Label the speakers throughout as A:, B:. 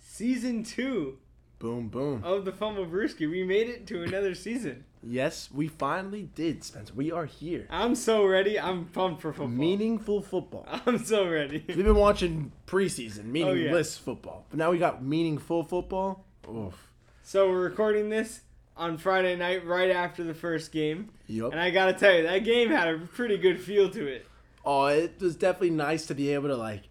A: season two
B: Boom, boom.
A: of the Fumble Brewski. We made it to another season.
B: Yes, we finally did, Spencer. We are here.
A: I'm so ready. I'm pumped for football.
B: Meaningful football.
A: I'm so ready.
B: We've been watching preseason,
A: Oh,
B: meaningless football. But now we got meaningful football. Oof.
A: So we're recording this on Friday night, right after the first game,
B: Yup.
A: and I gotta tell you, that game had a pretty good feel to it.
B: Oh, it was definitely nice to be able to like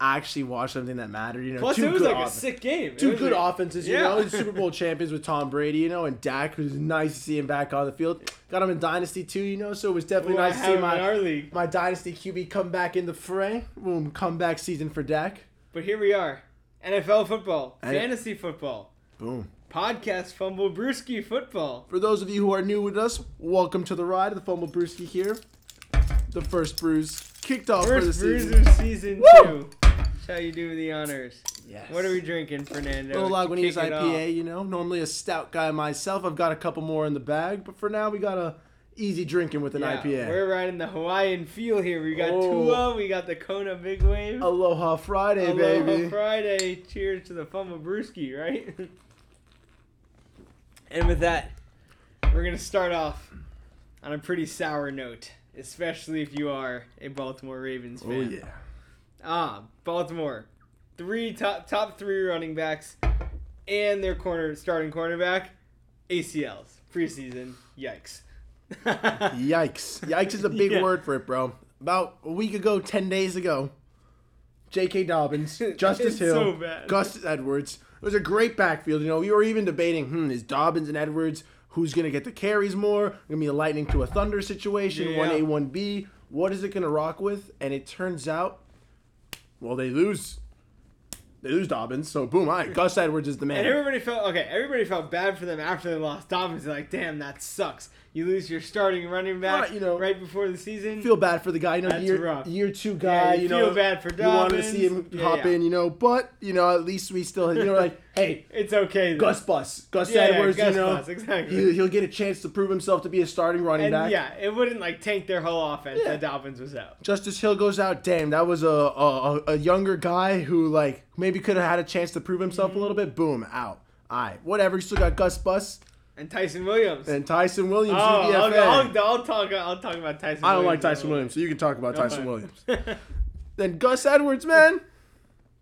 B: actually watch something that mattered. You know,
A: Plus,
B: two
A: it was
B: good
A: like a
B: off-
A: sick game. It
B: two
A: was
B: good
A: like-
B: offenses. You
A: Yeah.
B: know, and Super Bowl champions with Tom Brady. You know, and Dak, who's nice to see him back on the field. Got him in dynasty too. You know, so it was
A: Ooh,
B: definitely
A: I
B: nice to
A: have
B: see
A: him in our
B: my
A: league.
B: my dynasty QB come back in the fray. Boom, comeback season for Dak.
A: But here we are, NFL football,
B: I-
A: fantasy football,
B: Boom.
A: podcast fumble, brewski football.
B: For those of you who are new with us, welcome to the ride. The Fumble Brewski here. The first brews kicked off for the
A: First
B: season.
A: Bruiser season
B: Woo!
A: two. Shall you do the honors?
B: Yes.
A: What are we drinking, Fernando?
B: Little
A: to
B: Lagunitas
A: kick it off?
B: IPA, you know. Normally a stout guy myself. I've got a couple more in the bag, but for now we got a easy drinking with an
A: Yeah,
B: IPA.
A: We're riding the Hawaiian feel here. We got
B: Oh.
A: Tua, we got the Kona Big Wave.
B: Aloha Friday,
A: Aloha
B: baby.
A: Friday. Cheers to the Fumble Brewski, right? and with that, we're going to start off on a pretty sour note, especially if you are a Baltimore Ravens fan.
B: oh yeah.
A: Ah, Baltimore. Three top top three running backs and their corner starting cornerback. ACLs. Preseason. Yikes.
B: Yikes. Yikes is a big
A: Yeah.
B: word for it, bro. About a week ago, 10 days ago, J.K. Dobbins, Justice
A: It's so
B: Hill,
A: bad.
B: Gus Edwards. It was a great backfield. You know, we were even debating, hmm, is Dobbins and Edwards, who's going to get the carries more? Going to be a lightning to a thunder situation,
A: Yeah.
B: 1A, 1B. What is it going to rock with? And it turns out, well, they lose. They lose Dobbins. So, boom, all right, Gus Edwards is the
A: And
B: man.
A: everybody felt okay. Everybody felt bad for them after they lost Dobbins. They're like, "Damn, that sucks. You lose your starting running back,
B: Right, you know,
A: right before the season."
B: feel bad for the guy. You know,
A: That's
B: year
A: rough.
B: year two guy.
A: you
B: you
A: feel
B: know,
A: bad for
B: You wanted to
A: Dobbins.
B: see him
A: Yeah,
B: hop
A: yeah.
B: in, you know, but you know, at least we still, you know, like hey,
A: it's okay. Though.
B: Gus Bus, Gus
A: Yeah, yeah,
B: Edwards,
A: Gus
B: you know,
A: Bus, exactly.
B: he, he'll get a chance to prove himself to be a starting running
A: and
B: back.
A: yeah, it wouldn't like tank their whole offense
B: Yeah.
A: that Dobbins was out.
B: Justice Hill goes out. Damn, that was a a, a- a younger guy who like maybe could have had a chance to prove himself a little bit. Boom, out. All right, whatever. You still got Gus Bus
A: And Tyson Williams.
B: and Tyson Williams.
A: oh, I'll,
B: UDFA.
A: I'll, I'll talk. I'll talk about Tyson.
B: I don't like
A: Williams
B: Tyson
A: a little
B: Williams, so you can talk about Tyson
A: fine.
B: Williams.
A: bit.
B: Then Gus Edwards, man,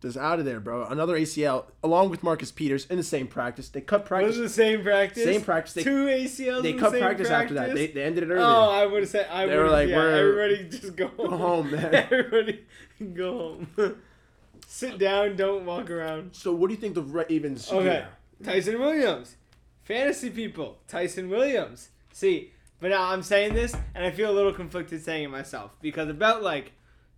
B: just out of there, bro. Another ACL, along with Marcus Peters, in the same practice. They cut
A: It was
B: practice.
A: the same practice.
B: Same practice. They-
A: Two ACLs.
B: They
A: in
B: cut
A: the same
B: practice, after that. They, they ended it early.
A: oh, I would have said. I
B: They
A: were
B: were
A: like,
B: like,
A: yeah,
B: we're-
A: everybody just go home.
B: home, man.
A: Everybody go home. Sit down. Don't walk around.
B: So what do you think the Ravens should
A: Okay.
B: do?
A: Tyson Williams, fantasy people. Tyson Williams. See, but now I'm saying this, and I feel a little conflicted saying it myself because about like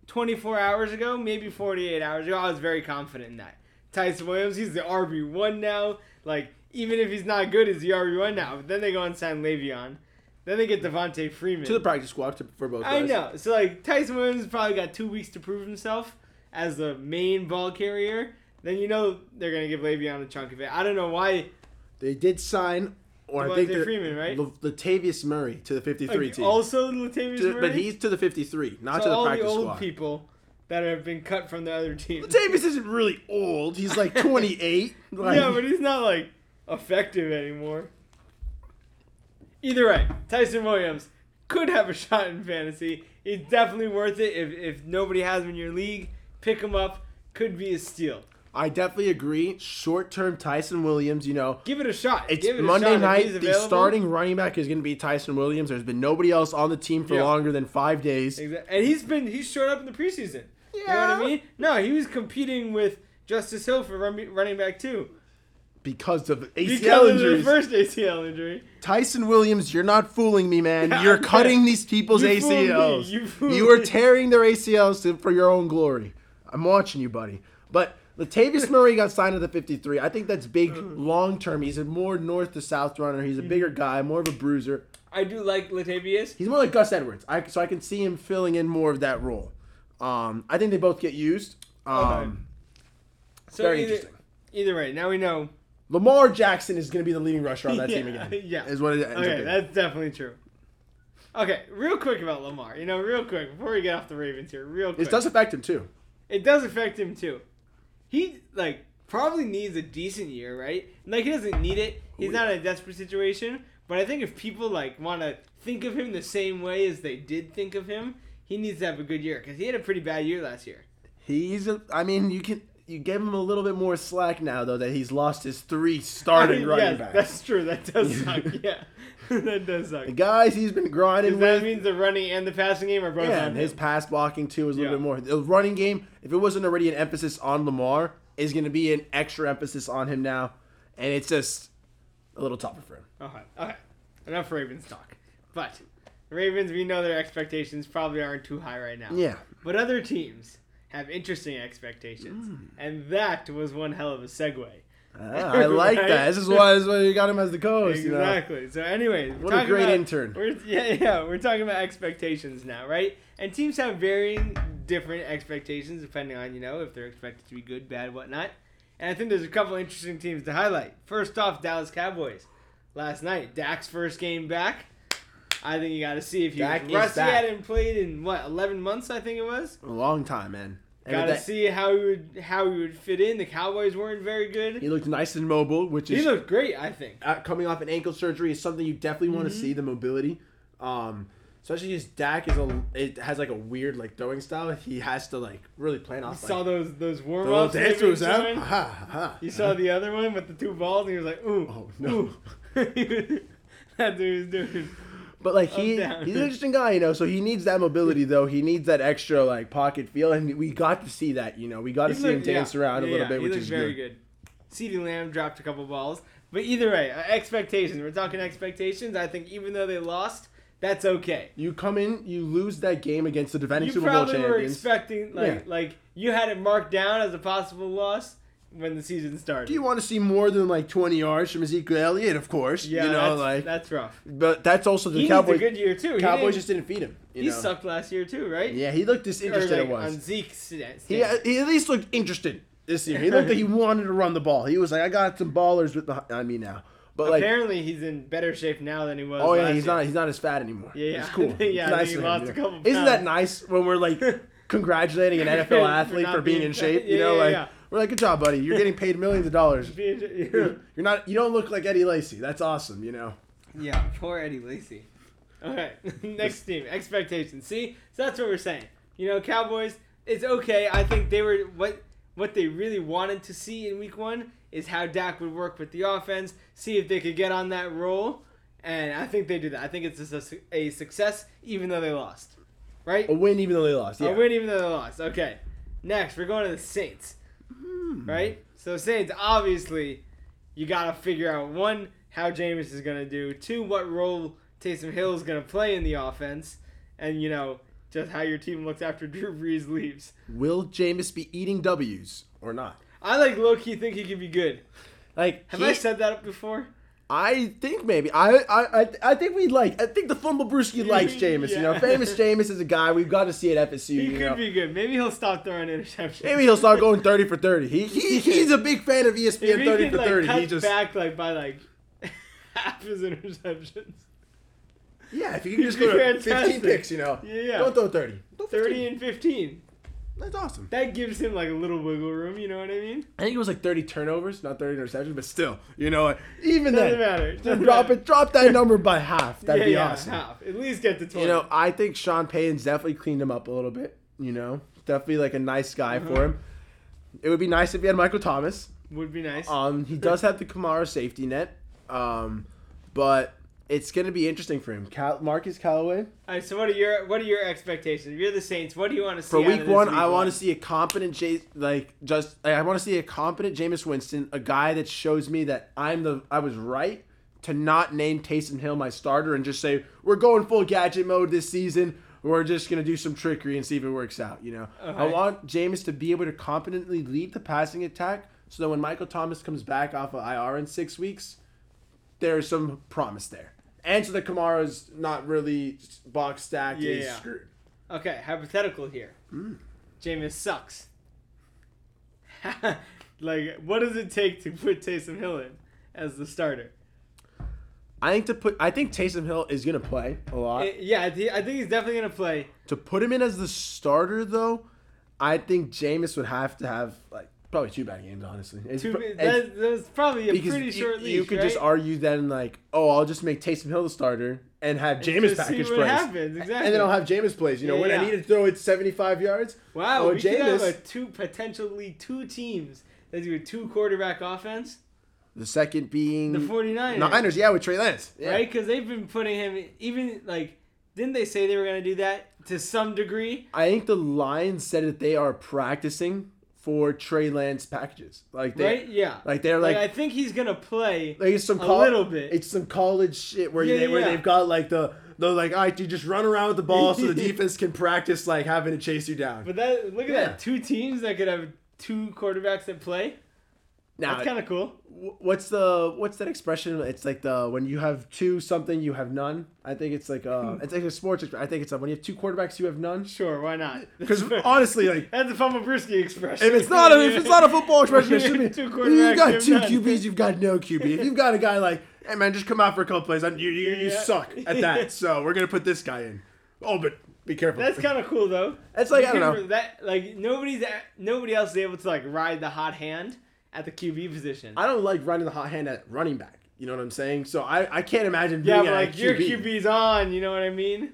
A: 24 hours ago, maybe 48 hours ago, I was very confident in that. Tyson Williams, he's the RB one now. Like even if he's not good, he's the RB one now. But then they go and sign Le'Veon. Then they get Devontae Freeman.
B: To the practice squad to, for both
A: I
B: guys.
A: know. So like Tyson Williams probably got two weeks to prove himself as the main ball carrier. Then you know they're gonna give Le'Veon a chunk of it. I don't know why.
B: They did sign, or I
A: Devontae
B: think they're-
A: Freeman, right?
B: La- Latavius Murray to the 53
A: Like,
B: team.
A: also Latavius
B: To-
A: Murray.
B: but he's to the 53, not
A: so
B: to the
A: all the
B: practice
A: old
B: squad.
A: people that have been cut from the other team.
B: Latavius isn't really old. He's like 28. like,
A: yeah, but he's not like effective anymore. Either way, Tyson Williams could have a shot in fantasy. He's definitely worth it if if nobody has him in your league. Pick him up. Could be a steal.
B: I definitely agree. Short-term Tyson Williams, you know,
A: Give it a shot.
B: It's
A: Give it a
B: Monday
A: shot if
B: night.
A: he's
B: The
A: available.
B: starting running back is going to be Tyson Williams. There's been nobody else on the team for
A: Yeah.
B: longer than five days.
A: Exa- And he's been he's showed up in the preseason. You know what I
B: Yeah.
A: mean? No, he was competing with Justice Hill for run, running back too
B: because of ACL
A: because of the
B: injuries.
A: first ACL injury.
B: Tyson Williams, you're not fooling me, man.
A: Yeah,
B: You're
A: I'm
B: cutting these people's
A: You fooled me.
B: ACLs.
A: You fooled
B: are
A: me.
B: tearing their ACLs to, for your own glory. I'm watching you, buddy. But Latavius Murray got signed at the 53. I think that's big long term. He's a more north to south runner.
A: Mm-hmm.
B: He's a bigger guy, more of a bruiser.
A: I do like Latavius.
B: He's more like Gus Edwards. I, so I can see him filling in more of that role. Um, I think they both get used. Um,
A: Okay. So
B: Very
A: either,
B: interesting.
A: Either way, now we know.
B: Lamar Jackson is going to be the leading rusher on that team
A: Yeah,
B: again.
A: yeah.
B: is what it ends up
A: Okay,
B: being.
A: that's definitely true. Okay, real quick about Lamar. You know, real quick before we get off the Ravens here, real quick.
B: It does affect him too.
A: It does affect him too. He like probably needs a decent year, right? Like he doesn't need it. He's not in a desperate situation. But I think if people like want to think of him the same way as they did think of him, he needs to have a good year because he had a pretty bad year last year.
B: He's a. I mean, you can you give him a little bit more slack now though that he's lost his three starting
A: Yes,
B: running backs.
A: that's true. That does suck. Yeah, that does suck.
B: The guys he's been grinding
A: 'Cause that
B: with.
A: means the running and the passing game are both
B: Yeah,
A: on
B: and his
A: him.
B: pass blocking too is a little
A: Yeah.
B: bit more. The running game, if it wasn't already an emphasis on Lamar, is going to be an extra emphasis on him now, and it's just a little tougher for him.
A: Okay, okay. Enough Ravens talk. But the Ravens, we know their expectations probably aren't too high right now.
B: Yeah,
A: But other teams have interesting expectations,
B: Mm.
A: and that was one hell of a segue.
B: Ah, I like
A: Right?
B: that. This is why, this is why you got him as the co-host. you know?
A: Exactly. So, anyways, we're
B: What a
A: talking
B: great
A: about-
B: intern.
A: We're, yeah, yeah, we're talking about expectations now, right? And teams have varying different expectations depending on you know if they're expected to be good, bad, whatnot. And I think there's a couple interesting teams to highlight. First off, Dallas Cowboys. Last night, Dak's first game back. I think you got to see if he
B: Dak
A: was
B: is
A: rusty.
B: back.
A: Hadn't played in what 11 months, I think it was.
B: A long time, man. And
A: Got to
B: that-
A: see how he would how he would fit in. The Cowboys weren't very good.
B: he looked nice and mobile, which
A: He
B: is
A: looked great, I think.
B: uh, coming off an ankle surgery is something you definitely want
A: Mm-hmm.
B: to see the mobility. Um, especially his Dak is a it has like a weird like throwing style. He has to like really plan off. Like,
A: Saw those those
B: the
A: warm
B: little
A: ups.
B: dance moves out. Ha, ha, ha.
A: You saw the other one with the two balls, and he was like, "Ooh,
B: Oh, no.
A: ooh." That's what he was doing.
B: But like he he's
A: Up, down.
B: an interesting guy, you know. So he needs that mobility though. He needs that extra like pocket feel, and we got to see that. You know, we got to
A: He
B: see
A: looked-
B: him dance
A: yeah,
B: around
A: yeah,
B: a little
A: yeah,
B: bit,
A: he
B: which
A: looked
B: is
A: very
B: good.
A: good. Ceedee Lamb dropped a couple balls, but either way, uh, expectations. We're talking expectations. I think even though they lost, that's okay.
B: You come in, you lose that game against the defending
A: You
B: Super Bowl
A: probably were
B: champions.
A: expecting like
B: Yeah.
A: like you had it marked down as a possible loss when the season started.
B: Do you want to see more than like 20 yards from Ezekiel Elliott? Of course,
A: yeah,
B: you know,
A: that's,
B: like.
A: that's rough.
B: but that's also the
A: He
B: Cowboys.
A: needs a good year too. He
B: Cowboys
A: didn't-
B: just didn't feed him. You
A: he
B: know?
A: sucked last year too, right?
B: Yeah, he looked disinterested.
A: or like
B: it was.
A: on Zeke's. stand-
B: he, he at least looked interested this year. He looked like he wanted to run the ball. He was like, I got some ballers with the, on me now. But like,
A: Apparently, he's in better shape now than he was.
B: Oh yeah,
A: last
B: he's
A: year.
B: not he's not as fat anymore.
A: Yeah,
B: it's
A: yeah.
B: cool.
A: Yeah,
B: It's
A: I think he
B: of him,
A: lost a
B: you know.
A: couple
B: Isn't that
A: pounds.
B: nice when we're like congratulating an
A: For
B: NFL athlete
A: not
B: for being,
A: being
B: in
A: fat.
B: shape? You
A: Yeah,
B: know,
A: yeah,
B: like
A: yeah.
B: we're like, good job, buddy. You're getting paid millions of dollars.
A: Being-
B: You're not. You don't look like Eddie Lacy. That's awesome. You know.
A: yeah, poor Eddie Lacy. All right, next team expectations. See, so that's what we're saying. You know, Cowboys. It's okay. I think they were what what they really wanted to see in Week One is how Dak would work with the offense. See if they could get on that roll, and I think they did that. I think it's just a, su- a success, even though they lost. Right?
B: A win, even though they lost. Oh, Yeah.
A: A win even though they lost. Okay. Next, we're going to the Saints.
B: Hmm.
A: Right? So Saints, obviously, you gotta figure out one, how Jameis is gonna do, two, what role Taysom Hill is gonna play in the offense, and you know, just how your team looks after Drew Brees leaves.
B: Will Jameis be eating W's or not?
A: I like low key think he could be good.
B: Like
A: Have
B: he-
A: I said that before?
B: I think maybe I I I, I think we like I think the fumble brewski likes Jameis. You know,
A: Yeah.
B: famous Jameis is a guy we've got to see at FSU.
A: He
B: you
A: could
B: know?
A: be good. Maybe he'll stop throwing interceptions.
B: Maybe he'll start going 30 for 30. He, he he's a big fan of E
A: if
B: ESPN
A: he
B: 30
A: could,
B: for
A: like,
B: 30.
A: cut
B: He just
A: back like by like half his interceptions.
B: yeah, if you can just
A: he'd
B: go
A: be
B: to 15
A: fantastic.
B: picks, you know.
A: Yeah, yeah.
B: Don't throw 30. Throw
A: 30
B: 15.
A: and 15.
B: That's awesome.
A: That gives him like a little wiggle room, you know what I mean?
B: I think it was like 30 turnovers, not 30 interceptions, but still, you know, even
A: Doesn't
B: then,
A: matter.
B: just
A: Doesn't
B: drop
A: matter.
B: it, drop that number by half. That'd
A: yeah,
B: be
A: yeah,
B: awesome.
A: half. At least get to 20.
B: You know, I think Sean Payton's definitely cleaned him up a little bit. You know, definitely like a nice guy for him. It would be nice if he had Michael Thomas.
A: would be nice.
B: Um, he does have the Kamara safety net, um, but it's going to be interesting for him. Cal- Marcus Callaway
A: All right, so what are your what are your expectations? If you're the Saints, what do you want to see
B: for
A: out of
B: week
A: this
B: one. I want to see a competent, J- like just like, I want to see a competent Jameis Winston, a guy that shows me that I'm the I was right to not name Taysom Hill my starter and just say we're going full gadget mode this season. We're just gonna do some trickery and see if it works out. You know, I
A: Okay.
B: want Jameis to be able to competently lead the passing attack, so that when Michael Thomas comes back off of IR in six weeks, there's some promise there. And so the Kamara's not really box stacked. Yeah,
A: Yeah.
B: screwed.
A: Okay, hypothetical here.
B: Hmm.
A: Jameis sucks. like, what does it take to put Taysom Hill in as the starter?
B: I think to put I think Taysom Hill is gonna play a lot.
A: I- Eh, yeah, I thi- I think he's definitely gonna play.
B: to put him in as the starter though, I think Jameis would have to have like Probably two bad games, honestly. It's
A: Two,
B: pr-
A: mi-
B: it's-
A: that, that was probably a
B: because
A: pretty
B: you-
A: short
B: you,
A: leash.
B: could
A: right?
B: just argue then like, oh, I'll just make Taysom Hill the starter and have Jameis
A: just see
B: package
A: what
B: plays,
A: happens, exactly.
B: and then I'll have Jameis plays. You know,
A: Yeah,
B: when I
A: yeah.
B: need to throw it seventy-five yards,
A: Wow,
B: oh,
A: we could have
B: Jameis.
A: a two potentially two teams that do a two quarterback offense.
B: the second being
A: The 49ers,
B: Niners, yeah, with Trey Lance, yeah.
A: right? Because they've been putting him even like didn't they say they were gonna do that to some degree?
B: I think the Lions said that they are practicing for Trey Lance packages, like they,
A: right? Yeah.
B: like they're
A: Like,
B: like,
A: I think he's gonna play.
B: like it's some
A: a
B: col-
A: little bit.
B: it's some college shit where
A: Yeah,
B: they, where
A: yeah.
B: they've got like the. They're like, all right, you just run around with the ball so the defense can practice like having to chase you down.
A: But that look at
B: Yeah.
A: that two teams that could have two quarterbacks that play.
B: now,
A: That's kind of cool.
B: Wh- what's the what's that expression? It's like the when you have two something you have none. I think it's like uh,
A: Hmm.
B: it's like a sports. exp- I think it's like when you have two quarterbacks you have none.
A: Sure, why not?
B: Because honestly, like
A: that's a Fumble Brisky expression.
B: if it's not a, if it's not a football expression, it should be
A: Two
B: you've
A: quarterbacks, you
B: got
A: have
B: two
A: none.
B: QBs, you've got no QB. If you've got a guy like, hey man, just come out for a couple plays. I- You you, you
A: Yeah.
B: suck at that, so we're gonna put this guy in. Oh, but be careful.
A: That's kind of cool though.
B: That's like, I
A: Because
B: don't know.
A: That like nobody's a- nobody else is able to like ride the hot hand at the QB position.
B: I don't like running the hot hand at running back. You know what I'm saying? So I, I can't imagine
A: yeah,
B: being
A: but
B: at a
A: like your
B: QB.
A: QB's on. You know what I mean?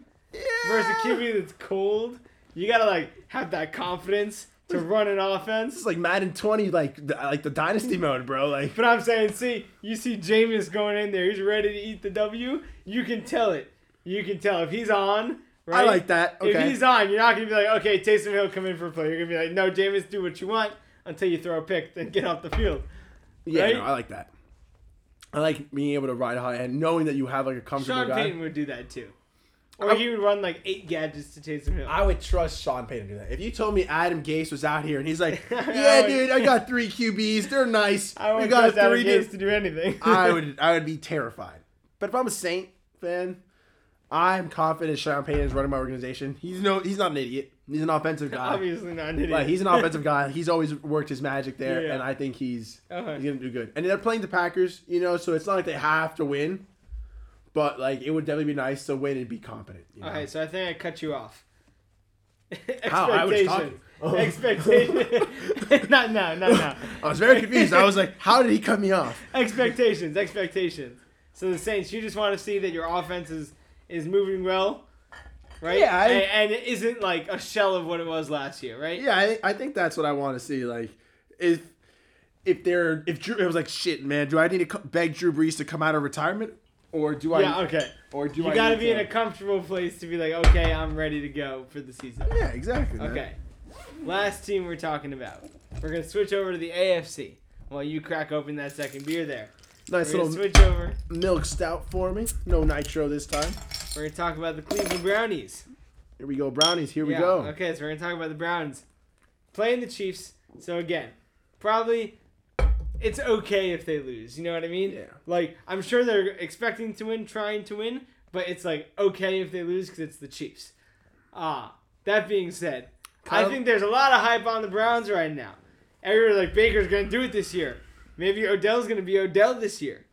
A: Versus a
B: Ah.
A: QB that's cold. You gotta like have that confidence to run an offense.
B: It's like Madden 20, like the, like the dynasty mode, bro. Like
A: But I'm saying, see, you see Jameis going in there. He's ready to eat the W. You can tell it. You can tell if he's on. Right?
B: I like that. Okay.
A: If he's on, you're not gonna be like, okay, Taysom Hill, come in for a play. You're gonna be like, no, Jameis, do what you want until you throw a pick, then get off the field.
B: yeah,
A: right?
B: no, I like that. I like being able to ride high and knowing that you have like a comfortable
A: Sean
B: guy.
A: Payton would do that too, or
B: I-
A: he would run like eight gadgets to Taysom Hill.
B: I would trust Sean Payton to do that. If you told me Adam Gase was out here and he's like,
A: I
B: "Yeah,
A: would-
B: dude, I got three QBs. They're nice.
A: I
B: we
A: would
B: got
A: got
B: three."
A: games
B: dudes."
A: to do anything.
B: I would, I would be terrified. But if I'm a Saint fan, I'm confident Sean Payton is running my organization. He's no, he's not an idiot. He's an offensive guy.
A: obviously not. An idiot.
B: Like he's an offensive guy. He's always worked his magic there,
A: Yeah, yeah.
B: and I think he's
A: Uh-huh.
B: he's gonna do good. And they're playing the Packers, you know, so it's not like they have to win, but like it would definitely be nice to win and be competent. You know?
A: Okay, so I think I cut you off.
B: How? I was talking. Oh.
A: Expectation. not now. Not now.
B: I was very confused. I was like, how did he cut me off?
A: expectations. Expectations. So the Saints, you just want to see that your offense is is moving well, right?
B: Yeah, I-
A: and, and it isn't like a shell of what it was last year, right?
B: Yeah, I, I think that's what I want to see. Like, if if they're if Drew, it was like shit, man. Do I need to co- beg Drew Brees to come out of retirement, or do I?
A: Yeah. Okay.
B: Or do
A: You
B: I
A: gotta
B: need
A: be in a comfortable place to be like, okay, I'm ready to go for the season.
B: Yeah, exactly. man.
A: Okay. Last team we're talking about. We're gonna switch over to the AFC while you crack open that second beer there.
B: Nice
A: We're gonna
B: little
A: switch over.
B: milk stout for me. No nitro this time.
A: We're gonna talk about the Cleveland Brownies.
B: Here we go, brownies. Here we
A: Yeah,
B: go.
A: Okay, so we're gonna talk about the Browns playing the Chiefs. So again, probably it's okay if they lose. You know what I mean?
B: Yeah.
A: Like I'm sure they're expecting to win, trying to win, but it's like okay if they lose because it's the Chiefs. Ah, that being said, I
B: Kyle-
A: think there's a lot of hype on the Browns right now. Everyone's like Baker's gonna do it this year. Maybe Odell's gonna be Odell this year.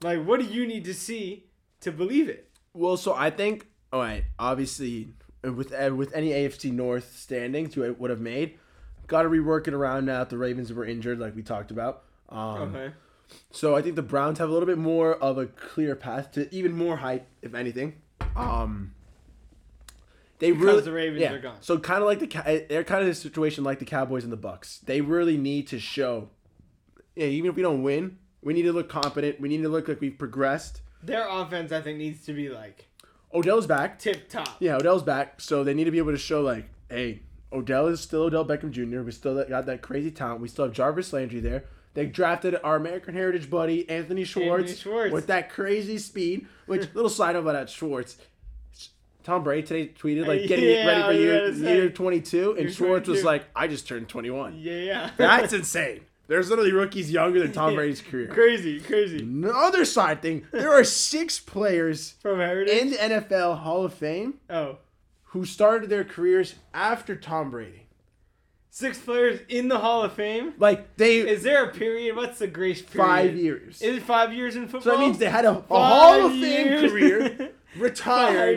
A: Like, what do you need to see to believe it?
B: Well, so I think all right. Obviously, with uh, with any AFC North standings, you would have made. Got to rework it around now. that The Ravens were injured, like we talked about. Um,
A: Okay.
B: So I think the Browns have a little bit more of a clear path to even more hype, if anything. Um, they really
A: the Ravens
B: yeah.
A: are gone.
B: So kind of like the Ca- eh, they're kind of in a situation like the Cowboys and the Bucks. They really need to show. Yeah, even if we don't win, we need to look competent. We need to look like we've progressed.
A: Their offense, I think, needs to be like
B: Odell's back.
A: tip top.
B: Yeah, Odell's back, so they need to be able to show like, hey, Odell is still Odell Beckham Jr. We still got that crazy talent. We still have Jarvis Landry there. They drafted our American Heritage buddy Anthony Schwartz,
A: Schwartz.
B: with that crazy speed. Which little side note about that Schwartz. Tom Brady today tweeted like getting
A: Yeah,
B: ready
A: I
B: for
A: was
B: year,
A: gonna say.
B: year 22, and
A: You're
B: Schwartz was
A: 22.
B: like, I just turned 21.
A: Yeah, yeah.
B: That's insane. There's literally rookies younger than Tom Brady's career.
A: crazy,
B: Mm.
A: crazy.
B: Another side thing: there are six players
A: From Heritage.
B: in the NFL Hall of Fame
A: oh,
B: who started their careers after Tom Brady.
A: six players in the Hall of Fame.
B: Like they
A: Is there a period? What's the grace period?
B: five years.
A: Is it five years in football?
B: so that means they had a, a Hall of
A: Five
B: Fame
A: years.
B: career, retired,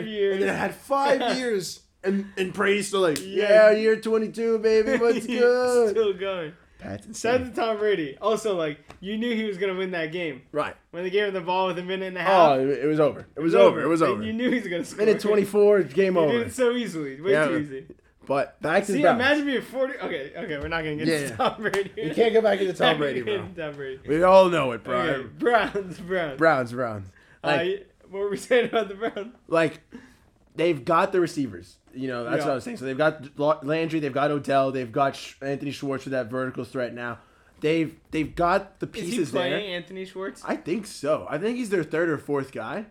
A: Five years.
B: and then had five years. And and Brady's still like, yeah,
A: Yeah.
B: year twenty two, baby, what's good? Mm.
A: Still going.
B: That's
A: Said
B: insane.
A: to Tom Brady. Also, like you knew he was gonna win that game
B: Right.
A: when they gave him the ball with a minute and a half.
B: Oh, it it was over. It was over. It was
A: Like,
B: over.
A: You knew he was gonna score.
B: Minute 24, it's game
A: You did
B: over.
A: it so easily. Way
B: Yeah.
A: too easy.
B: But back to
A: See,
B: the Browns.
A: imagine being forty. Okay, okay, we're not gonna get
B: Yeah,
A: to
B: yeah.
A: Tom Brady.
B: You can't go back into Tom
A: Not gonna
B: Brady,
A: get
B: bro.
A: to Tom Brady.
B: We all know it, bro.
A: Okay, Browns, Browns.
B: Browns, Browns. Like,
A: uh, what were we saying about the Browns?
B: like they've got the receivers. You know, that's
A: Yeah.
B: what I was saying. So they've got La- Landry, they've got Odell, they've got Sh- Anthony Schwartz with that vertical threat now. They've they've got the
A: Is he
B: pieces
A: playing
B: there.
A: Anthony Schwartz?
B: I think so. I think he's their third or fourth guy.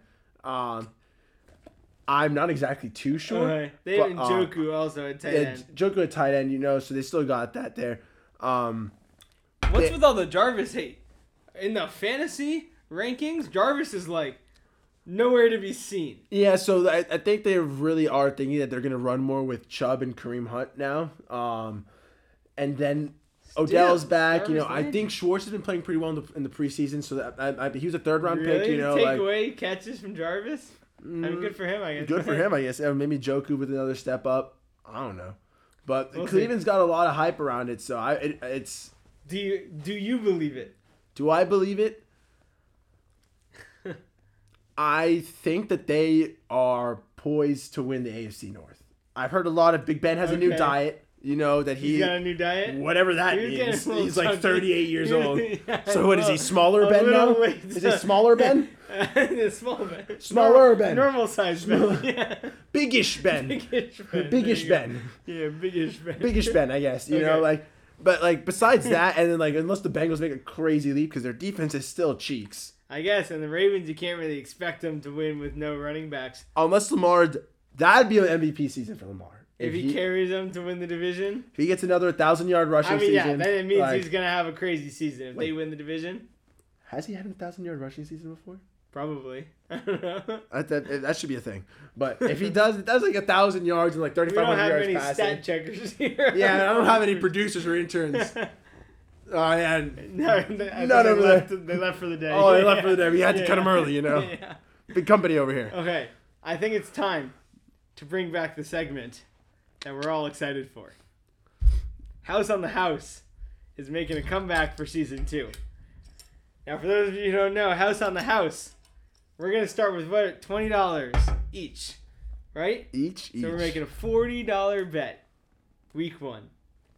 B: Um, I'm not exactly too sure.
A: Okay. They
B: but,
A: have
B: uh,
A: Njoku also at tight
B: yeah,
A: end.
B: Joker at tight end, you know, so they still got that there. Um,
A: What's
B: they-
A: with all the Jarvis hate? In the fantasy rankings, Jarvis is like nowhere to be seen.
B: yeah, so I, I think they really are thinking that they're going to run more with Chubb and Kareem Hunt now. Um, and then Odell's
A: Still,
B: back. you know,
A: Jarvis
B: I
A: Landry.
B: think Schwartz has been playing pretty well in the, in the preseason. So that, I, I, he was a third round
A: Really?
B: pick. You know,
A: Take
B: like
A: away catches from Jarvis? I mean,
B: mm,
A: good for him, I guess.
B: good for him, I guess. And maybe Joku with another step up. I don't know, but
A: We'll see.
B: Cleveland's got a lot of hype around it. So I, it, it's
A: Do you do you believe it?
B: do I believe it? I think that they are poised to win the AFC North. I've heard a lot of Big Ben has a new
A: Okay.
B: diet. You know that
A: He's
B: he
A: got a new diet.
B: whatever that
A: He was getting
B: means.
A: a little
B: He's like
A: chunky.
B: 38 years
A: He was-
B: old.
A: yeah,
B: So what is
A: well,
B: he smaller
A: a
B: Ben now?
A: little late.
B: Is he smaller Ben?
A: Small Ben.
B: Smaller Ben.
A: Normal size Ben. Yeah.
B: Biggish Ben.
A: Biggish Ben.
B: Biggish
A: There
B: Ben.
A: you go. Yeah, biggish Ben.
B: Biggish Ben, I guess. You know,
A: Okay.
B: like but like besides that and then like unless the Bengals make a crazy leap cuz their defense is still cheeks.
A: I guess, and the Ravens, you can't really expect them to win with no running backs.
B: Unless Lamar that'd be an MVP season for Lamar.
A: If, he, carries them to win the division,
B: if he gets another 1000 yard rushing
A: I mean, yeah,
B: season.
A: then it means
B: like-
A: he's gonna have a crazy season. If they win the division,
B: Has he had a 1000 yard rushing season before?
A: probably. I don't know.
B: That, that, that should be a thing. But if he does, that's like a thousand yards and like
A: We don't
B: 3,500
A: have
B: yards
A: any
B: passing.
A: stat checkers here.
B: Yeah, I don't have any producers or interns.
A: no,
B: Oh, and
A: I think they
B: None of
A: left. They left for the day.
B: Oh, they left for the day. We had to
A: Yeah.
B: cut 'em early, you know?
A: Yeah.
B: big company over here.
A: Okay, I think it's time to bring back the segment that we're all excited for. House on the House is making a comeback for season two. Now, for those of you who don't know, House on the House, we're gonna start with what twenty dollars each, right?
B: Each, each.
A: So we're making a forty dollar bet, week one,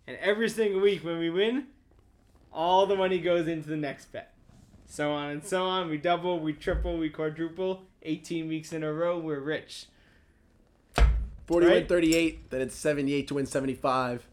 A: and every single week when we win, all the money goes into the next bet. So on and so on. We double, we triple, we quadruple. Eighteen weeks in a row, we're rich.
B: 41
A: right?
B: 38, then it's 78 to win 75,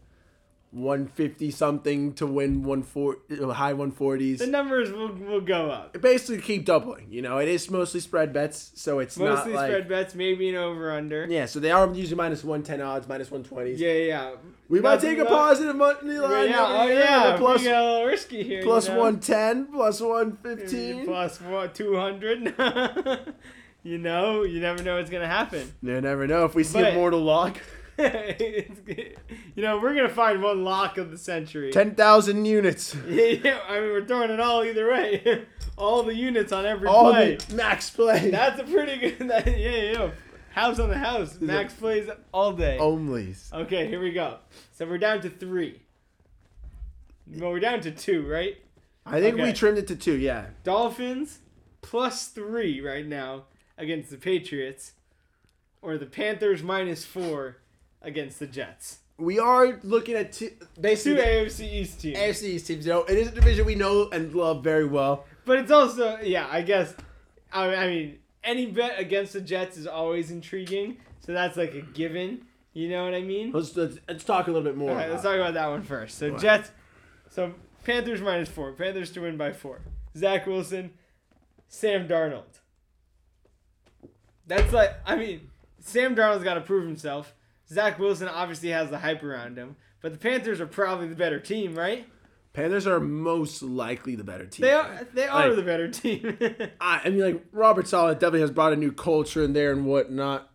B: 150 something to win 140, uh, high
A: The
B: 140s.
A: numbers will will go up.
B: It basically keep doubling. You know, it is mostly spread bets, so it's
A: Mostly
B: not like.
A: spread bets, maybe an over under.
B: Yeah, so they are usually minus 110 odds, minus 120s.
A: Yeah, yeah.
B: we might
A: Nothing
B: take a
A: about-
B: positive money
A: Yeah,
B: line.
A: yeah, oh
B: over here, and
A: yeah.
B: a plus-
A: we got a little risky here.
B: plus
A: you know?
B: 110, plus 115.
A: Plus what? Two hundred. you know, you never know what's gonna happen.
B: You never know. If we see
A: But-
B: a mortal lock,
A: It's good. you know, we're gonna find one lock of the century.
B: 10,000 units.
A: Yeah, yeah, I mean, we're throwing it all either way. all the units on every
B: All
A: play.
B: the max play.
A: That's a pretty good. That, yeah, yeah. House on the house. Max plays all day.
B: Oh. Onlys.
A: Okay, here we go. So we're down to three. Well, we're down to two, right?
B: I think
A: Okay.
B: we trimmed it to two, yeah.
A: Dolphins plus three right now against the Patriots, or the Panthers minus four against the Jets.
B: We are looking at two,
A: Two
B: basically
A: AFC East
B: the
A: teams.
B: AFC East teams. You know, it is a division we know and love very well.
A: But it's also, yeah, I guess, I, I mean, any bet against the Jets is always intriguing. So that's like a given. You know what I mean?
B: Let's let's, let's talk a little bit more.
A: Okay, let's
B: about
A: talk about that one first. So
B: Right.
A: Jets, so Panthers minus four. Panthers to win by four. Zach Wilson, Sam Darnold. That's like I mean, Sam Darnold's got to prove himself. Zach Wilson obviously has the hype around him, but the Panthers are probably the better team, right?
B: it. Panthers are most likely the better team.
A: They are they are
B: Like-
A: the better team.
B: I, I mean, like Robert Sala definitely has brought a new culture in there and whatnot,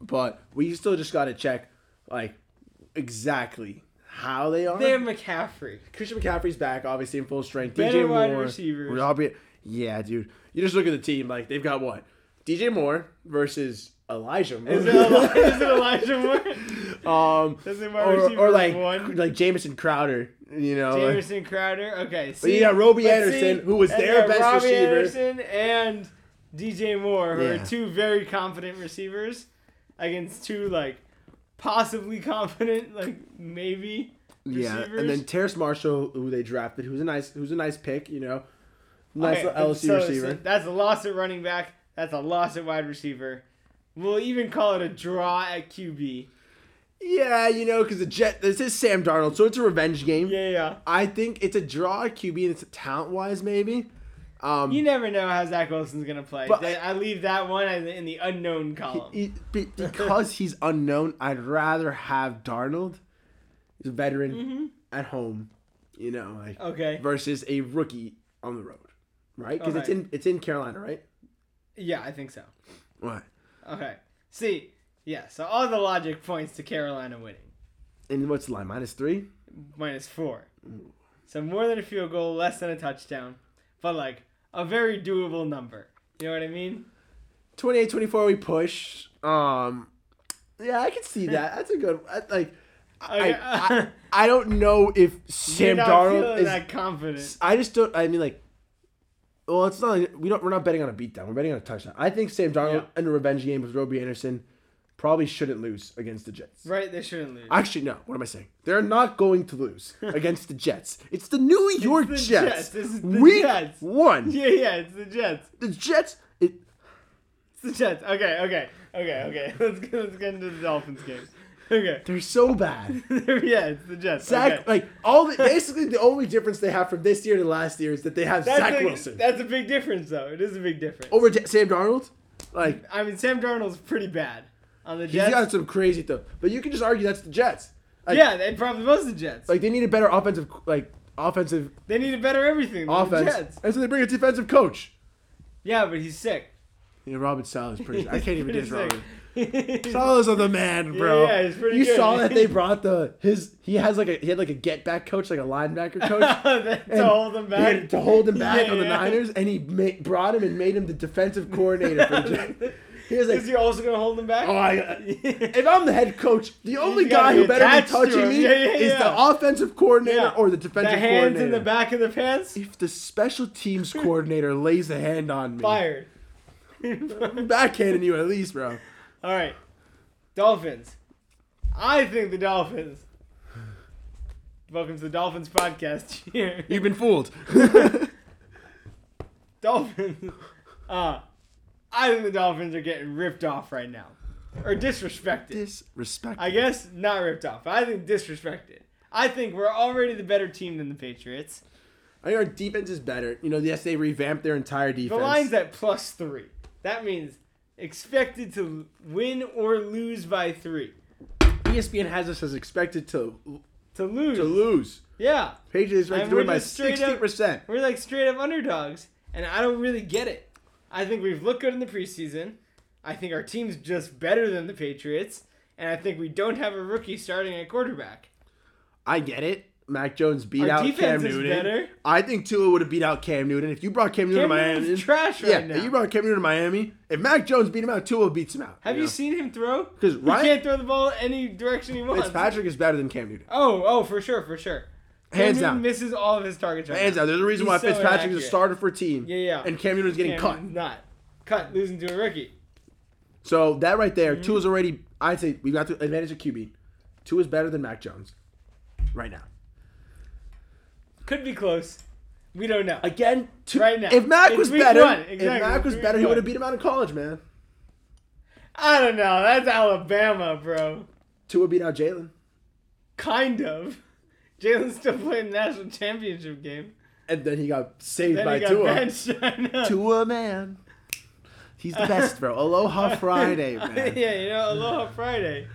B: but we still just got to check, like, exactly how they are.
A: they have McCaffrey.
B: Christian McCaffrey's back, obviously in full strength.
A: Better
B: DJ
A: wide
B: Moore,
A: receivers.
B: Robert- yeah, dude. You just look at the team. Like they've got what? DJ Moore versus Elijah Moore.
A: Is it Eli- is it Elijah Moore?
B: Um,
A: Doesn't wide
B: or,
A: receiver
B: or like
A: one.
B: like Jamison Crowder, you know. like-
A: Jameson Crowder. Okay.
B: But you
A: see-
B: got Robbie
A: but
B: Anderson,
A: see,
B: who was
A: and
B: their
A: you got
B: best
A: Robbie
B: receiver.
A: Anderson and DJ Moore, who
B: Yeah.
A: are two very confident receivers against two like possibly confident, like maybe.
B: yeah, and
A: receivers.
B: then Terrace Marshall, who they drafted, who's a nice, who's a nice pick, you know, nice
A: Okay,
B: little LSU
A: so- so
B: receiver.
A: that's a loss at running back. That's a loss at wide receiver. We'll even call it a draw at QB.
B: yeah, you know, because the Jet, this is Sam Darnold, so it's a revenge game.
A: Yeah, yeah.
B: I think it's a draw at QB, and it's talent wise maybe. Um,
A: You never know how Zach Wilson's gonna play.
B: But-
A: Th- I, leave that one in the- in the unknown column.
B: He- be- because he's unknown, I'd rather have Darnold, he's a veteran
A: Mm-hmm.
B: at home, you know, like
A: okay.
B: versus a rookie on the road, right? Because it's
A: Okay.
B: in it's in Carolina, right?
A: Yeah, I think so.
B: Right.
A: Okay. See, yeah. So all the logic points to Carolina winning
B: And what's the line? Minus three.
A: minus four. So more than a field goal, less than a touchdown, but like a very doable number. You know what I mean?
B: 28-24 we push. Um, yeah, I can see that. That's a good. I, like, I,
A: Okay.
B: I I don't know if
A: You're
B: Sam
A: not
B: Darnold
A: feeling
B: is.
A: that confident.
B: I just don't. I mean, like, well, it's not. like- We don't. We're not betting on a beatdown. We're betting on a touchdown. I think Sam Darnold
A: Yeah.
B: in a revenge game with Roby Anderson probably shouldn't lose against the Jets.
A: Right? They shouldn't lose.
B: Actually, no. What am I saying? They're not going to lose against the Jets. It's the New York
A: the
B: Jets.
A: Jets. This is the
B: Week
A: Jets.
B: one.
A: yeah, yeah. It's the Jets.
B: The Jets. It,
A: It's the Jets. Okay, okay, okay, okay. Let's get, let's get into the Dolphins game. Okay.
B: they're so bad.
A: yeah, it's the Jets.
B: Zach,
A: okay.
B: like all the basically the only difference they have from this year to last year is that they have
A: that's
B: Zach
A: a,
B: Wilson Oh.
A: That's a big difference, though. It is a big difference.
B: over J- Sam Darnold. Like
A: I mean, Sam Darnold's pretty bad on the
B: he's
A: Jets.
B: got some crazy stuff, but you can just argue that's the Jets. Like,
A: yeah, they probably was the Jets.
B: like they need a better offensive like offensive
A: they needed better everything. Than
B: offense,
A: The Jets.
B: and so they bring a defensive coach.
A: Yeah, but he's sick.
B: Yeah, Robin Sala's pretty. I can't even do
A: He's
B: this, Robin.
A: pretty sick.
B: Sala's the man, bro.
A: Yeah, he's pretty
B: You
A: good.
B: saw that they brought the his. He has like a he had like a get back coach, like a linebacker coach.
A: to hold them
B: Yeah,
A: back.
B: to hold him back
A: Yeah,
B: on the
A: yeah.
B: Niners, and he ma- brought him and made him the defensive coordinator. For the Jets. he was like,
A: Is he also gonna hold them back?
B: "Oh, I- if I'm the head coach, the only
A: gotta
B: guy
A: be
B: who better be
A: attached to
B: touching
A: him.
B: me
A: Yeah, yeah,
B: is the
A: yeah.
B: offensive coordinator
A: Yeah.
B: or the
A: the
B: defensive
A: hands
B: coordinator.
A: in the back of the pants.
B: If the special teams coordinator lays a hand on me,
A: Fired.
B: I'm backhanding you at least, bro.
A: All right, Dolphins. I think the Dolphins. Welcome to the Dolphins podcast. Here,
B: You've been fooled.
A: Dolphins. Uh, I think the Dolphins are getting ripped off right now, or disrespected.
B: Disrespect.
A: I guess not ripped off. I think disrespected. I think we're already the better team than the Patriots.
B: I think our defense is better. You know, yes, they revamped their entire defense.
A: The line's at plus three. That means expected to win or lose by three.
B: ESPN has us as expected to
A: To lose.
B: to lose.
A: Yeah.
B: Patriots
A: And
B: ranked
A: we're
B: away by
A: just straight
B: sixty
A: up-
B: percent.
A: We're like straight up underdogs, and I don't really get it. I think we've looked good in the preseason. I think our team's just better than the Patriots, and I think we don't have a rookie starting at quarterback.
B: I get it. Mac Jones beat
A: Our
B: out Cam
A: defense is
B: Newton.
A: better.
B: I think Tua would have beat out Cam Newton if you brought Cam Newton
A: Cam
B: to
A: Newton's
B: Miami.
A: trash right
B: yeah,
A: now.
B: if you brought Cam Newton to Miami. If Mac Jones beat him out, Tua beats him out.
A: Have you
B: know?
A: seen him throw?
B: 'Cause
A: he
B: Ryan-
A: can't throw the ball any direction he wants.
B: Fitzpatrick is better than Cam Newton.
A: Oh, oh, for sure, for sure. Cam
B: Hands
A: Newton
B: down.
A: misses all of his targets. Right
B: Hands
A: now.
B: down. There's a reason
A: He's
B: why
A: so
B: Fitzpatrick is
A: inaccurate.
B: a starter for a team.
A: Yeah, yeah.
B: And Cam Newton's getting
A: Cam
B: cut.
A: Newton's Not cut, losing to a rookie.
B: So that right
A: Mm-hmm.
B: there, Tua's already. I'd say we got the advantage of QB. Two is better than Mac Jones, right now.
A: Could be close. We don't know.
B: Again, two,
A: Right now.
B: If Mac
A: It's
B: was
A: week
B: better,
A: one,
B: if
A: exactly,
B: Mac was
A: it's
B: better,
A: week
B: he would
A: one.
B: have beat him out in college, man.
A: I don't know. That's Alabama, bro.
B: Tua beat out Jalen,
A: Kind of. Jalen's still playing the national championship game.
B: and then he got saved
A: Then
B: by
A: he got
B: Tua.
A: benched. I know.
B: Tua, man, he's the best, bro. Aloha Friday, man.
A: yeah, you know, Aloha Friday.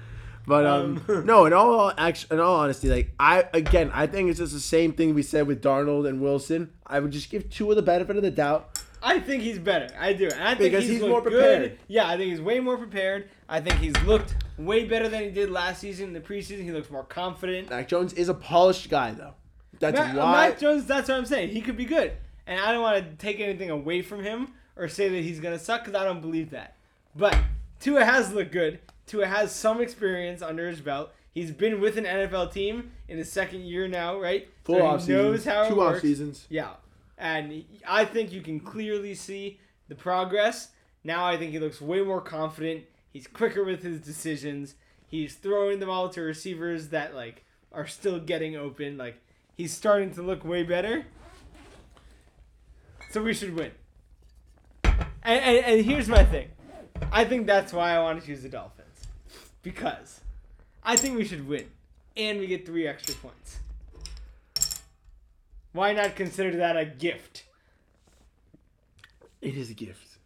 B: But um, no, in all action, in all honesty, like I again, I think it's just the same thing we said with Darnold and Wilson. I would just give Tua the benefit of the doubt.
A: I think he's better. I do. And I think
B: Because
A: he's,
B: he's
A: looked
B: more prepared.
A: Good. Yeah, I think he's way more prepared. I think he's looked way better than he did last season. In the preseason, he looks more confident.
B: Mac Jones is a polished guy, though. That's
A: Mac,
B: why.
A: Mac Jones, that's what I'm saying. He could be good. And I don't want to take anything away from him or say that he's going to suck because I don't believe that. But Tua has looked good. Tua has some experience under his belt. He's been with an NFL team in his second year now, right?
B: Full
A: So
B: off
A: He knows
B: season.
A: how it
B: Two
A: works.
B: off seasons.
A: Yeah, and he- I think you can clearly see the progress. Now I think he looks way more confident. He's quicker with his decisions. He's throwing them all to receivers that like are still getting open. Like he's starting to look way better. So we should win. And, and, and here's my thing. I think that's why I want to choose the Dolphins. Because I think we should win. And we get three extra points. Why not consider that a gift?
B: It is a gift,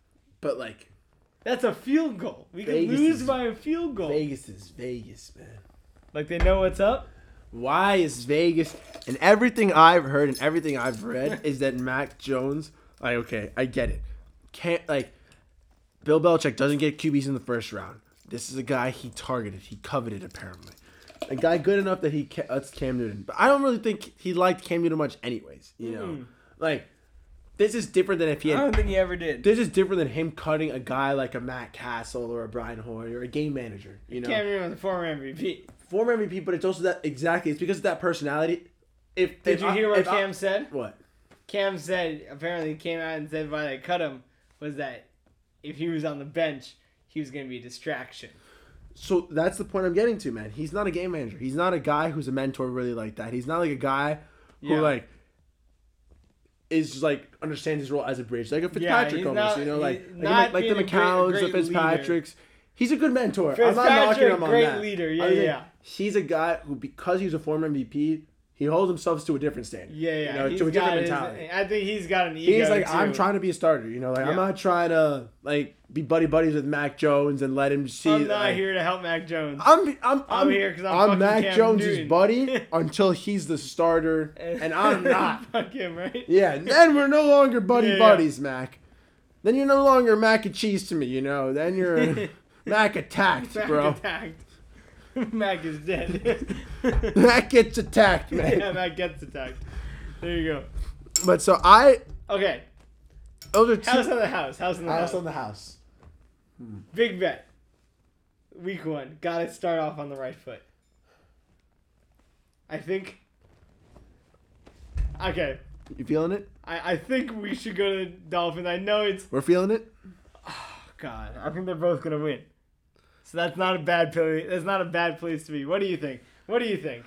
B: but like
A: That's a field goal. We could
B: Vegas
A: lose
B: is-
A: by a field goal.
B: Vegas is Vegas, man.
A: Like they know what's up.
B: Why is Vegas and everything I've heard and everything I've read is that Mac Jones, like okay, I get it. Can't like Bill Belichick doesn't get QBs in the first round. This is a guy he targeted, he coveted apparently. A guy good enough that he ca- that's Cam Newton. But I don't really think he liked Cam Newton much anyways, you know. Like this is different than if he
A: I
B: had
A: don't think he ever did.
B: this is different than him cutting a guy like a Matt Castle or a Brian Hoyer or a game manager, you know
A: Cameron was a former MVP.
B: former MVP, but it's also that exactly. It's because of that personality. If
A: Did
B: if
A: you
B: I-
A: hear what
B: if I-
A: Cam said?
B: what?
A: Cam said apparently came out and said why they cut him was that if he was on the bench, he was gonna be a distraction.
B: So that's the point I'm getting to, man. He's not a game manager. He's not a guy who's a mentor really like that. He's not like a guy who
A: Yeah.
B: like is just like understands his role as a bridge, like a Fitzpatrick
A: he's not-
B: almost. you know,
A: he's
B: like like,
A: not
B: the- like the
A: being a great-
B: McCowns,
A: great
B: the
A: leader.
B: Fitzpatricks. He's a good mentor. I'm not
A: Fitzpatrick,
B: knocking him on
A: great
B: that.
A: leader. Yeah,
B: I'm just saying
A: yeah.
B: He's a guy who, because he's a former MVP, he holds himself to a different standard.
A: Yeah, yeah.
B: You know,
A: he's
B: to a
A: got
B: different
A: his-
B: mentality.
A: I think he's got an ego.
B: He's like, I'm
A: too.
B: trying to be a starter. You know, like
A: Yeah.
B: I'm not trying to like be buddy buddies with Mac Jones and let him see.
A: I'm not
B: like-
A: here to help Mac Jones.
B: I'm I'm I'm,
A: here 'cause I'm fucking
B: Mac
A: Cam
B: Jones's
A: Newton.
B: buddy until he's the starter, and I'm not.
A: Fuck him, right?
B: Yeah, and then we're no longer buddy
A: Yeah, yeah.
B: buddies, Mac. Then you're no longer mac and cheese to me. You know, then you're Mac attacked,
A: Mac
B: bro.
A: attacked. Mac is dead.
B: Mac gets attacked, man.
A: yeah, Mac gets attacked. There you go.
B: But so I
A: Okay.
B: those are two
A: House on the house. House on the house.
B: house on the house.
A: Big bet. Week one. Gotta start off on the right foot. I think. Okay.
B: You feeling it?
A: I, I think we should go to the Dolphins. I know it's. oh
B: We're feeling it.
A: God, I think they're both gonna win. So that's not a bad place. That's not a bad place to be. What do you think? What do you think?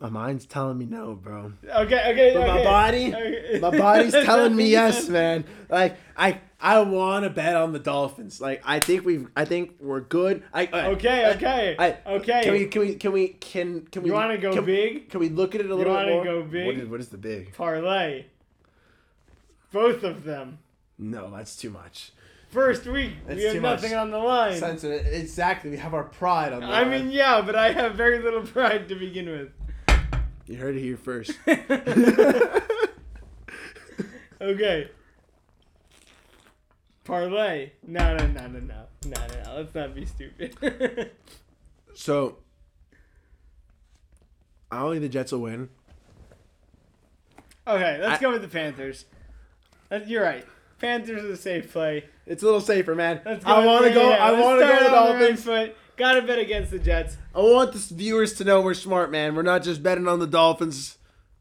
B: My mind's telling me no, bro.
A: Okay, okay.
B: But my
A: okay.
B: body,
A: Okay.
B: my body's telling me yes, man. Like I, I want to bet on the Dolphins. Like I think we've, I think we're good. I, I-
A: Okay, okay,
B: I,
A: okay.
B: Can we, can we, can we, can, can we?
A: You wanna go
B: can,
A: big?
B: Can we look at it a little
A: wanna
B: more?
A: go big?
B: What is, what is the big?
A: parlay. Both of them.
B: No, that's too much.
A: First week,
B: That's
A: we have
B: too much.
A: nothing on the line.
B: Sensitive. Exactly. We have our pride on. The
A: I
B: line.
A: mean, yeah, but I have very little pride to begin with.
B: you heard it here first.
A: Okay. Parlay. No, no, no, no, no, no, no. no. Let's not be stupid.
B: so, I don't think the Jets will win.
A: okay, let's
B: I-
A: go with the Panthers. That- You're right. Panthers is a safe play.
B: It's a little safer, man.
A: Let's
B: I want to
A: yeah,
B: go.
A: yeah,
B: I
A: let's
B: want to go
A: start
B: to the
A: on the right
B: Dolphins.
A: foot. Gotta bet against the Jets.
B: I want the viewers to know we're smart, man. We're not just betting on the Dolphins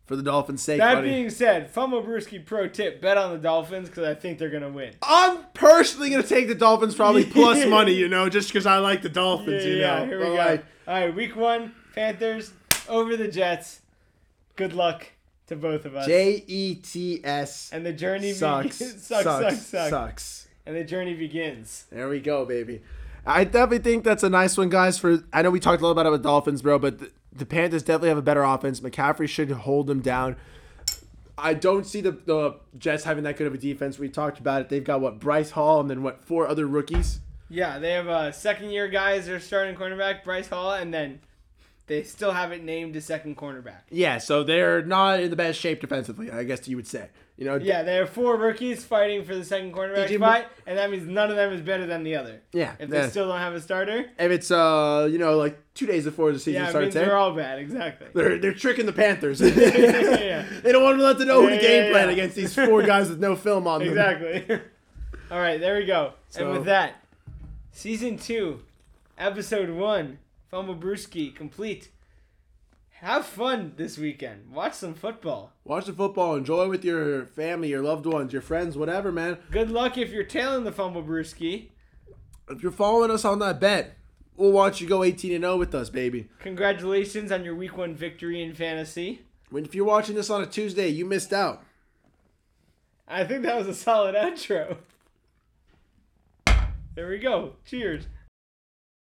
B: for the Dolphins' sake,
A: That
B: buddy.
A: being said, Fumble Brewski pro tip: bet on the Dolphins because I think they're gonna win.
B: I'm personally gonna take the Dolphins probably plus money, you know, just because I like the Dolphins, you know.
A: Yeah, here we
B: But,
A: go.
B: like,
A: All right, week one, Panthers over the Jets. Good luck to both of us.
B: J E T S
A: and the journey
B: sucks,
A: begins.
B: sucks,
A: sucks, sucks,
B: sucks,
A: sucks, And the journey begins.
B: There we go, baby. I definitely think that's a nice one, guys. For I know we talked a lot about it with Dolphins, bro, but the, the Panthers definitely have a better offense. McCaffrey should hold them down. I don't see the, the Jets having that good of a defense. We talked about it. They've got what Bryce Hall and then what four other rookies.
A: Yeah, they have uh, second year guys. Their starting cornerback Bryce Hall, and then they still haven't named a second cornerback.
B: Yeah, so they're not in the best shape defensively. I guess you would say. You know.
A: Yeah, they have four rookies fighting for the second cornerback
B: DJ Moore-
A: spot, and that means none of them is better than the other.
B: Yeah.
A: If
B: yeah.
A: they still don't have a starter,
B: if it's uh you know like two days before the season
A: yeah, it means
B: starts, eh?
A: they're all bad. Exactly.
B: they're they're tricking the Panthers.
A: yeah.
B: They don't want them to know who
A: Yeah,
B: to
A: yeah,
B: game plan
A: yeah.
B: against these four guys with no film on them.
A: Exactly. All right, there we go.
B: So-
A: and with that, season two, episode one, Fumble Brewski complete. Have fun this weekend. Watch some football.
B: Watch the football. Enjoy with your family, your loved ones, your friends, whatever, man.
A: Good luck if you're tailing the Fumble Brewski.
B: If you're following us on that bet, we'll watch you go 18 and 0 with us, baby.
A: Congratulations on your week one victory in fantasy.
B: When if you're watching this on a Tuesday, you missed out.
A: I think that was a solid outro. There we go. Cheers.